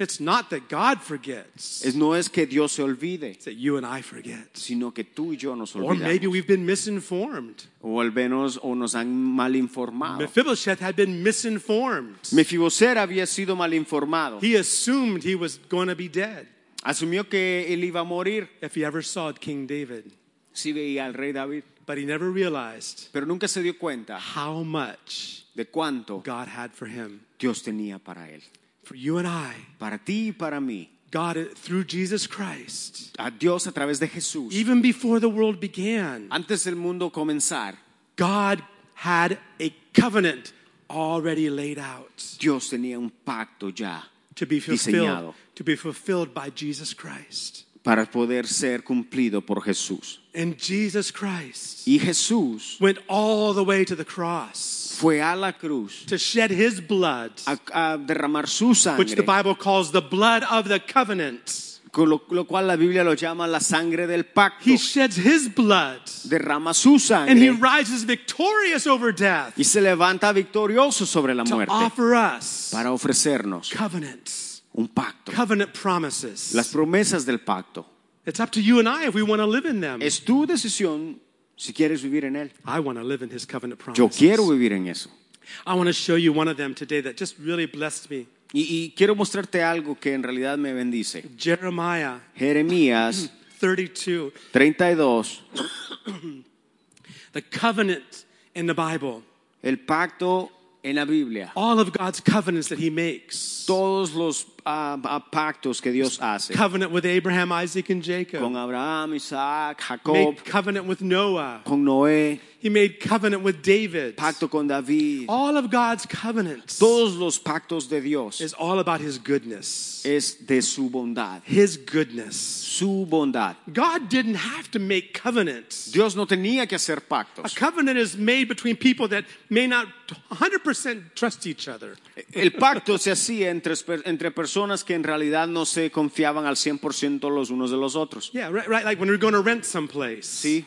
It's not that God forgets.
Es- no es que Dios se olvide,
It's that you and I forget.
sino que tú y yo nos
Or maybe
olvidamos.
we've been misinformed.
O al menos o nos han mal informado.
Mephibosheth had been misinformed.
Mefiboset había sido mal informado.
He assumed he was going to be dead
Asumió que él iba a morir
if he ever saw King David.
si veía al rey David,
But he never realized
pero nunca se dio cuenta
how much
de cuánto
God had for him.
Dios tenía para él.
For you and I,
Para ti y para mí.
God, through Jesus Christ,
A Dios a través de Jesús.
Even before the world began,
Antes del mundo comenzar,
God had a covenant already laid out
Dios tenía un pacto ya
to be fulfilled
diseñado
to be fulfilled by Jesus Christ.
para poder ser cumplido por Jesús.
And Jesus Christ
Y Jesús
went all the way to the cross
fue a la cruz
to shed his blood,
a, a derramar su
which the
sangre,
Bible calls the blood of the covenant.
con lo, lo cual la Biblia lo llama la sangre del pacto.
He sheds his blood
Derrama su
and he
sangre
rises victorious over death
y se levanta victorioso sobre la
to
muerte
offer us
para ofrecernos
covenants,
un pacto,
covenant
las
promises.
promesas del pacto.
It's up to you and I if we want to live in them.
Es tu decisión si quieres vivir en él.
I want to live in his covenant
Yo quiero
promises.
vivir en eso.
I want to show you one of them today that just really blessed me.
Y, y quiero mostrarte algo que en realidad me bendice.
Jeremiah
Jeremías
32,
32,
the covenant in the Bible,
el pacto en la Biblia.
all of God's covenants that he makes.
Todos los ah, ah, pactos que Dios hace
Covenant with Abraham, Isaac, and
con
Jacob.
Abraham, Isaac, Jacob,
Made covenant with Noah.
con Noé,
He made covenant with David.
pacto con David.
All of God's covenants
Todos los pactos de Dios
is all about his goodness.
es de su bondad.
His goodness.
Su bondad.
God didn't have to make covenants.
Dios no tenía que hacer
A
pactos.
covenant is made between people that may not 100% trust each other.
El pacto se hacía entre, entre personas que en realidad no se confiaban al 100% los unos de los otros.
Yeah, right, right. Like when you're going to rent someplace.
Sí.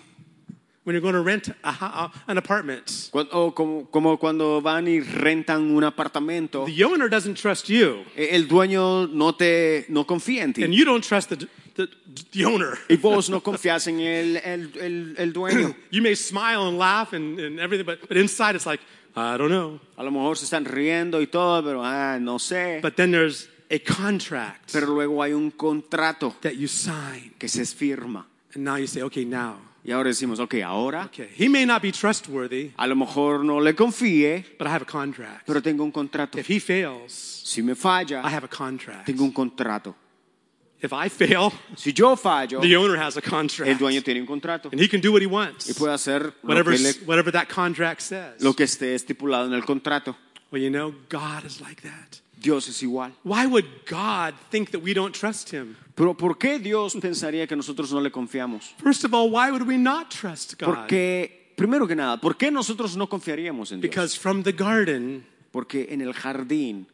When you're going to rent a, ho- an apartment.
Cuan- o como, como cuando van y rentan un apartamento,
The owner doesn't trust you,
e- el dueño no te no confía en
and
ti.
you don't trust the, the, the owner.
Y vos no confías en el, el, el- el dueño.
You may smile and laugh and, and everything, but, but inside it's like, I don't know.
A lo mejor se están riendo y todo, pero ah, no sé.
But then there's a contract
Pero luego hay un contrato
that you sign.
que se firma.
And now you say, okay, now.
Y ahora decimos, ok, ahora
Okay. He may not be trustworthy,
a lo mejor no le confíe,
but I have a contract.
pero tengo un contrato.
If he fails,
Si me
I
falla,
have a contract.
tengo un contrato.
If I fail,
Si yo fallo,
the owner has a
el
contract.
dueño tiene un contrato
And he can do what he
y
wants.
puede hacer lo
Whatever,
que, le-
whatever that contract says.
lo que esté estipulado en el contrato.
Well, you know, God is like that.
Dios es igual.
Why would God think that we don't trust him?
Pero ¿por qué Dios pensaría que nosotros no le confiamos?
First of all, why would we not trust God?
Porque, primero que nada, ¿por qué nosotros no confiaríamos en Dios?
Because from the garden,
Porque en el jardín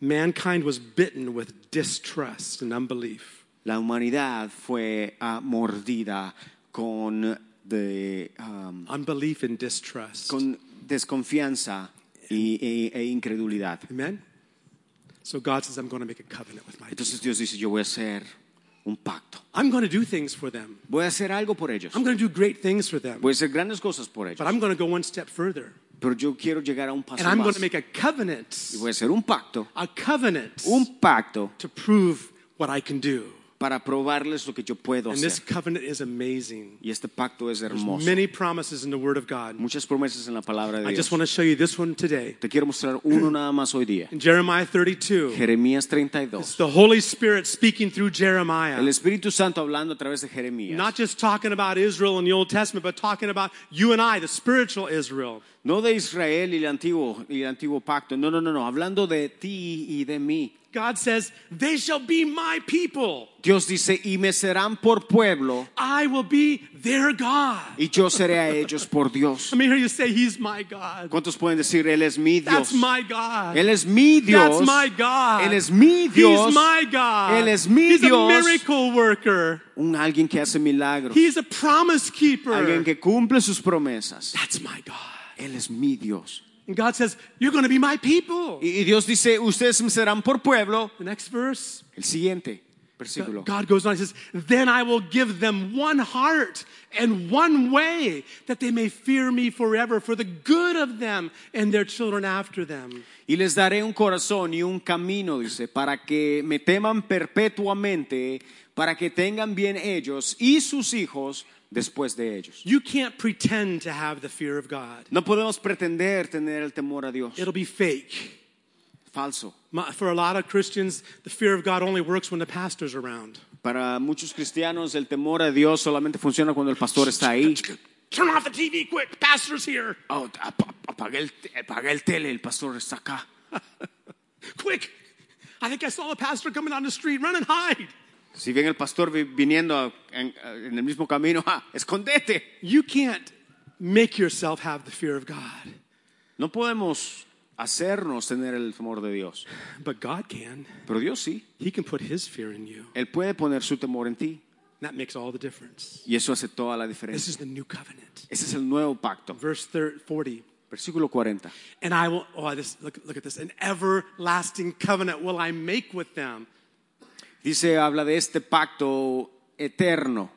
mankind was bitten with distrust and unbelief.
la humanidad fue ah, mordida con, de, um,
Unbelief and distrust.
con desconfianza y- e- e incredulidad.
Amen? So God says, I'm going to make a covenant with my people.
Entonces Dios dice, yo voy a hacer un pacto.
I'm going to do things for them.
Voy a hacer algo por ellos.
I'm going to do great things for them.
Voy a hacer grandes cosas por ellos.
But I'm going to go one step further.
Pero yo quiero llegar a un paso
And I'm going
más.
to make a covenant.
Y voy a hacer un pacto.
A covenant
Un pacto
to prove what I can do.
para probarles lo que yo puedo
And this
hacer.
covenant is amazing.
Y este pacto es hermoso.
Many promises in the Word of God.
Muchas promesas en la palabra de
I
Dios.
just want to show you this one today.
Te quiero mostrar uno nada más hoy día.
In Jeremiah 32,
Jeremías
it's
32.
the Holy Spirit speaking through
El
Jeremiah.
Espíritu Santo hablando a través de Jeremías.
Not just talking about Israel in the Old Testament, but talking about you and I, the spiritual Israel.
No de Israel y el antiguo, y el antiguo pacto. No, no, no, no. Hablando de ti y de mí.
God says, They shall be my people.
Dios dice, y me serán por pueblo
I will be their God.
y yo seré a ellos por Dios.
Let me hear you say, He's my God.
¿Cuántos pueden decir, Él es mi Dios?
That's my God.
Él es mi Dios.
That's my God.
Él es mi Dios.
He's my God.
Él es mi
He's
Dios.
a miracle worker.
Un alguien que hace milagros.
He's a promise keeper.
Alguien que cumple sus promesas.
That's my God.
Él es mi Dios.
And God says, You're going to be my people.
Y y Dios dice, ustedes me serán por pueblo.
The next verse,
El siguiente versículo.
God goes on, He says, Then I will give them one heart and one way that they may fear me forever for the good of them and their children after them.
Y les daré un corazón y un camino, dice, para que me teman perpetuamente, para que tengan bien ellos y sus hijos después de ellos.
You can't pretend to have the fear of God,
No podemos pretender tener el temor a Dios.
it'll be fake.
Falso.
My- For a lot of Christians, the fear of God only works when the pastor's around.
Para muchos cristianos el temor a Dios solamente funciona cuando el pastor está ahí.
Turn off the TV quick, pastor's here.
Oh, ap- apagué el, te- apagué el tele, el pastor está acá.
Quick. I think I saw the pastor coming down the street. Run and hide.
Si bien el pastor vi- viniendo a- en, en el mismo camino, ¡ah, escondete.
You can't make yourself have the fear of God.
No podemos hacernos tener el temor de Dios.
But God can.
Pero Dios sí,
He can put His fear in you.
Él puede poner su temor en ti.
That makes all the difference.
Y eso hace toda la
This
diferencia.
is the new covenant.
Ese es el nuevo pacto.
Verse thir- 40.
Versículo 40.
And I will, oh, this, look, look at this. An everlasting covenant will I make with them.
Dice, habla de este pacto eterno.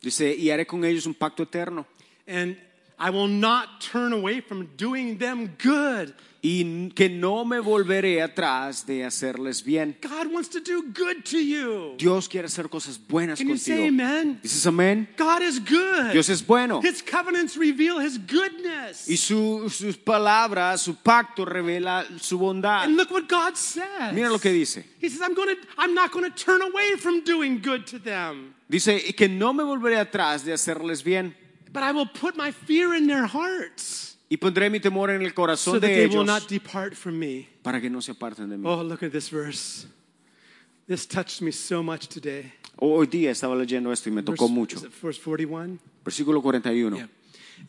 Dice, y haré con ellos un pacto eterno.
And I will not turn away from doing them good.
Y que no me volveré atrás de hacerles bien.
God wants to do good to you.
Dios quiere hacer cosas buenas
Can you say
contigo.
amen?
Dices amén.
God is good.
Dios es bueno.
His covenants reveal his goodness.
Y su- sus palabras, su pacto revela su bondad.
And look what God says.
Mira lo que dice.
He says, I'm, gonna, I'm not going to turn away from doing good to them,
Dice, y que no me volveré atrás de hacerles bien.
but I will put my fear in their hearts
Y pondré mi temor en el corazón
so that
de
they will
ellos
not depart from me.
para que no se aparten de mí.
Oh, look at this verse. This touched me so much today.
Hoy día estaba leyendo esto y me
Verse,
tocó mucho.
is it verse 41?
Versículo 41.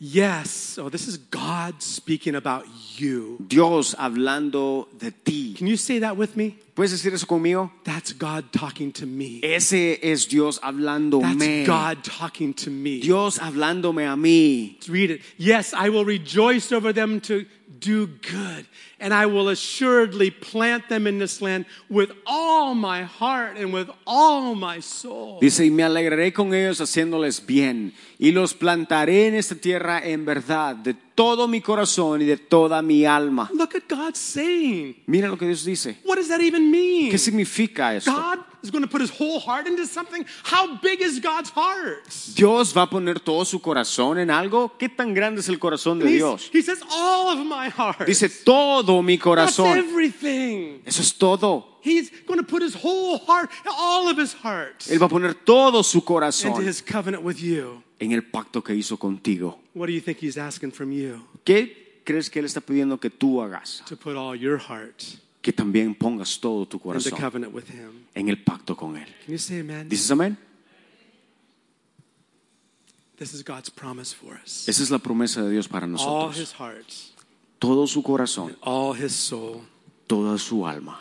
Yes. Oh, this is God speaking about you.
Dios hablando de ti.
Can you say that with me?
¿Puedes decir eso conmigo?
That's God talking to me.
Ese es Dios hablándome.
That's God talking to me.
Dios hablándome a mí.
Read it. Yes, I will rejoice over them to do good, and I will assuredly plant them in this land with all my heart and with all my soul.
Dice, y me alegraré con ellos haciéndoles bien, y los plantaré en esta tierra en verdad, de todo mi corazón y de toda mi alma.
Look at God saying.
Mira lo que Dios dice.
What does that even mean?
¿Qué significa esto?
God is going to put his whole heart into something. How big is God's heart?
Dios va a poner todo su corazón en algo. ¿Qué tan grande es el corazón de
He's-
Dios?
He says, All of my heart.
Dice, todo mi
That's
corazón.
everything.
Eso es todo.
He's going to put his whole heart, all of his heart,
Él va a poner todo su
into
corazón
his covenant with you.
en el pacto que hizo contigo.
What do you think he's asking from you?
¿Qué crees que Él está pidiendo que tú hagas?
To put all your heart
Que también pongas todo tu
in the
corazón
covenant with him.
en el pacto con Él.
Can you say amen?
¿Dices amén?
This is God's promise for us.
Esa es la promesa de Dios para
All his
nosotros.
heart,
Todo su corazón,
all his soul.
toda su alma.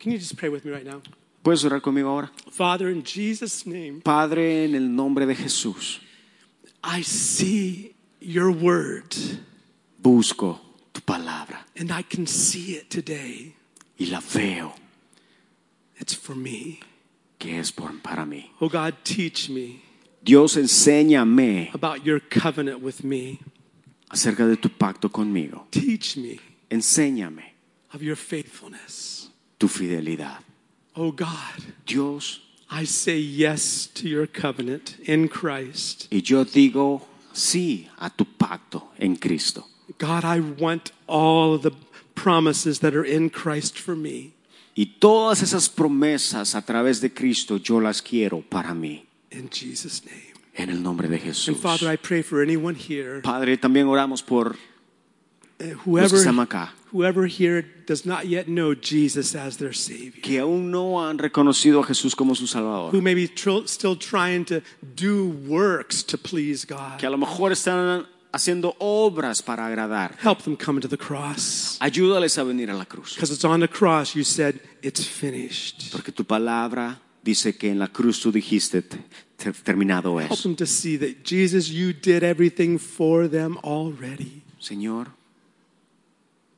Can you just pray with me right now?
¿Puedes orar conmigo ahora?
Father, in Jesus' name,
Padre, en el nombre de Jesús,
I see your word
busco tu palabra
and I can see it today.
y la veo
It's for me.
que es por, para mí.
Oh God, teach me
Dios, enséñame
about your covenant with me.
acerca de tu pacto conmigo.
Teach me
Enséñame
of your faithfulness.
tu fidelidad.
Oh God,
Dios,
I say yes to your covenant in Christ.
y yo digo sí a tu pacto en Cristo.
God, I want all of the promises that are in Christ for me.
Y todas esas promesas a través de Cristo yo las quiero para mí.
In Jesus' name.
En el nombre de Jesús.
And Father, I pray for anyone here,
Padre, también oramos por
uh,
los que
whoever,
están acá,
whoever here does not yet know Jesus as their Savior,
que aún no han reconocido a Jesús como su Salvador,
who may be tr- still trying to do works to please
que a
God.
lo mejor están haciendo obras para agradar.
Help them come to the cross.
Ayúdales a venir a la cruz.
Because it's on the cross you said, It's finished.
Porque tu palabra dice que en la cruz tú dijiste, "Te- te- terminado
Help
es.
them to see that, Jesus, you did everything for them already.
Señor,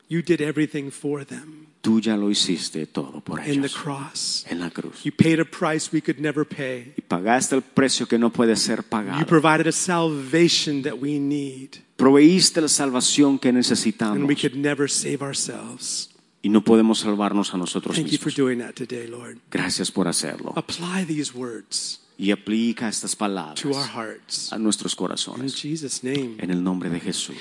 You did everything for them
tú ya lo hiciste todo por
in the
ellos.
cross.
En la cruz.
You paid a price we could never pay.
Y pagaste el precio que no puede ser
You
pagado.
provided a salvation that we need,
Proveíste la salvación que
and we
necesitamos.
could never save ourselves.
Y no podemos salvarnos a nosotros
Thank you for
mismos.
doing that today, Lord.
Gracias por hacerlo.
Apply these words
y aplica estas
to our
palabras
hearts.
a nuestros
In
corazones
Jesus' name.
en el nombre de Jesús.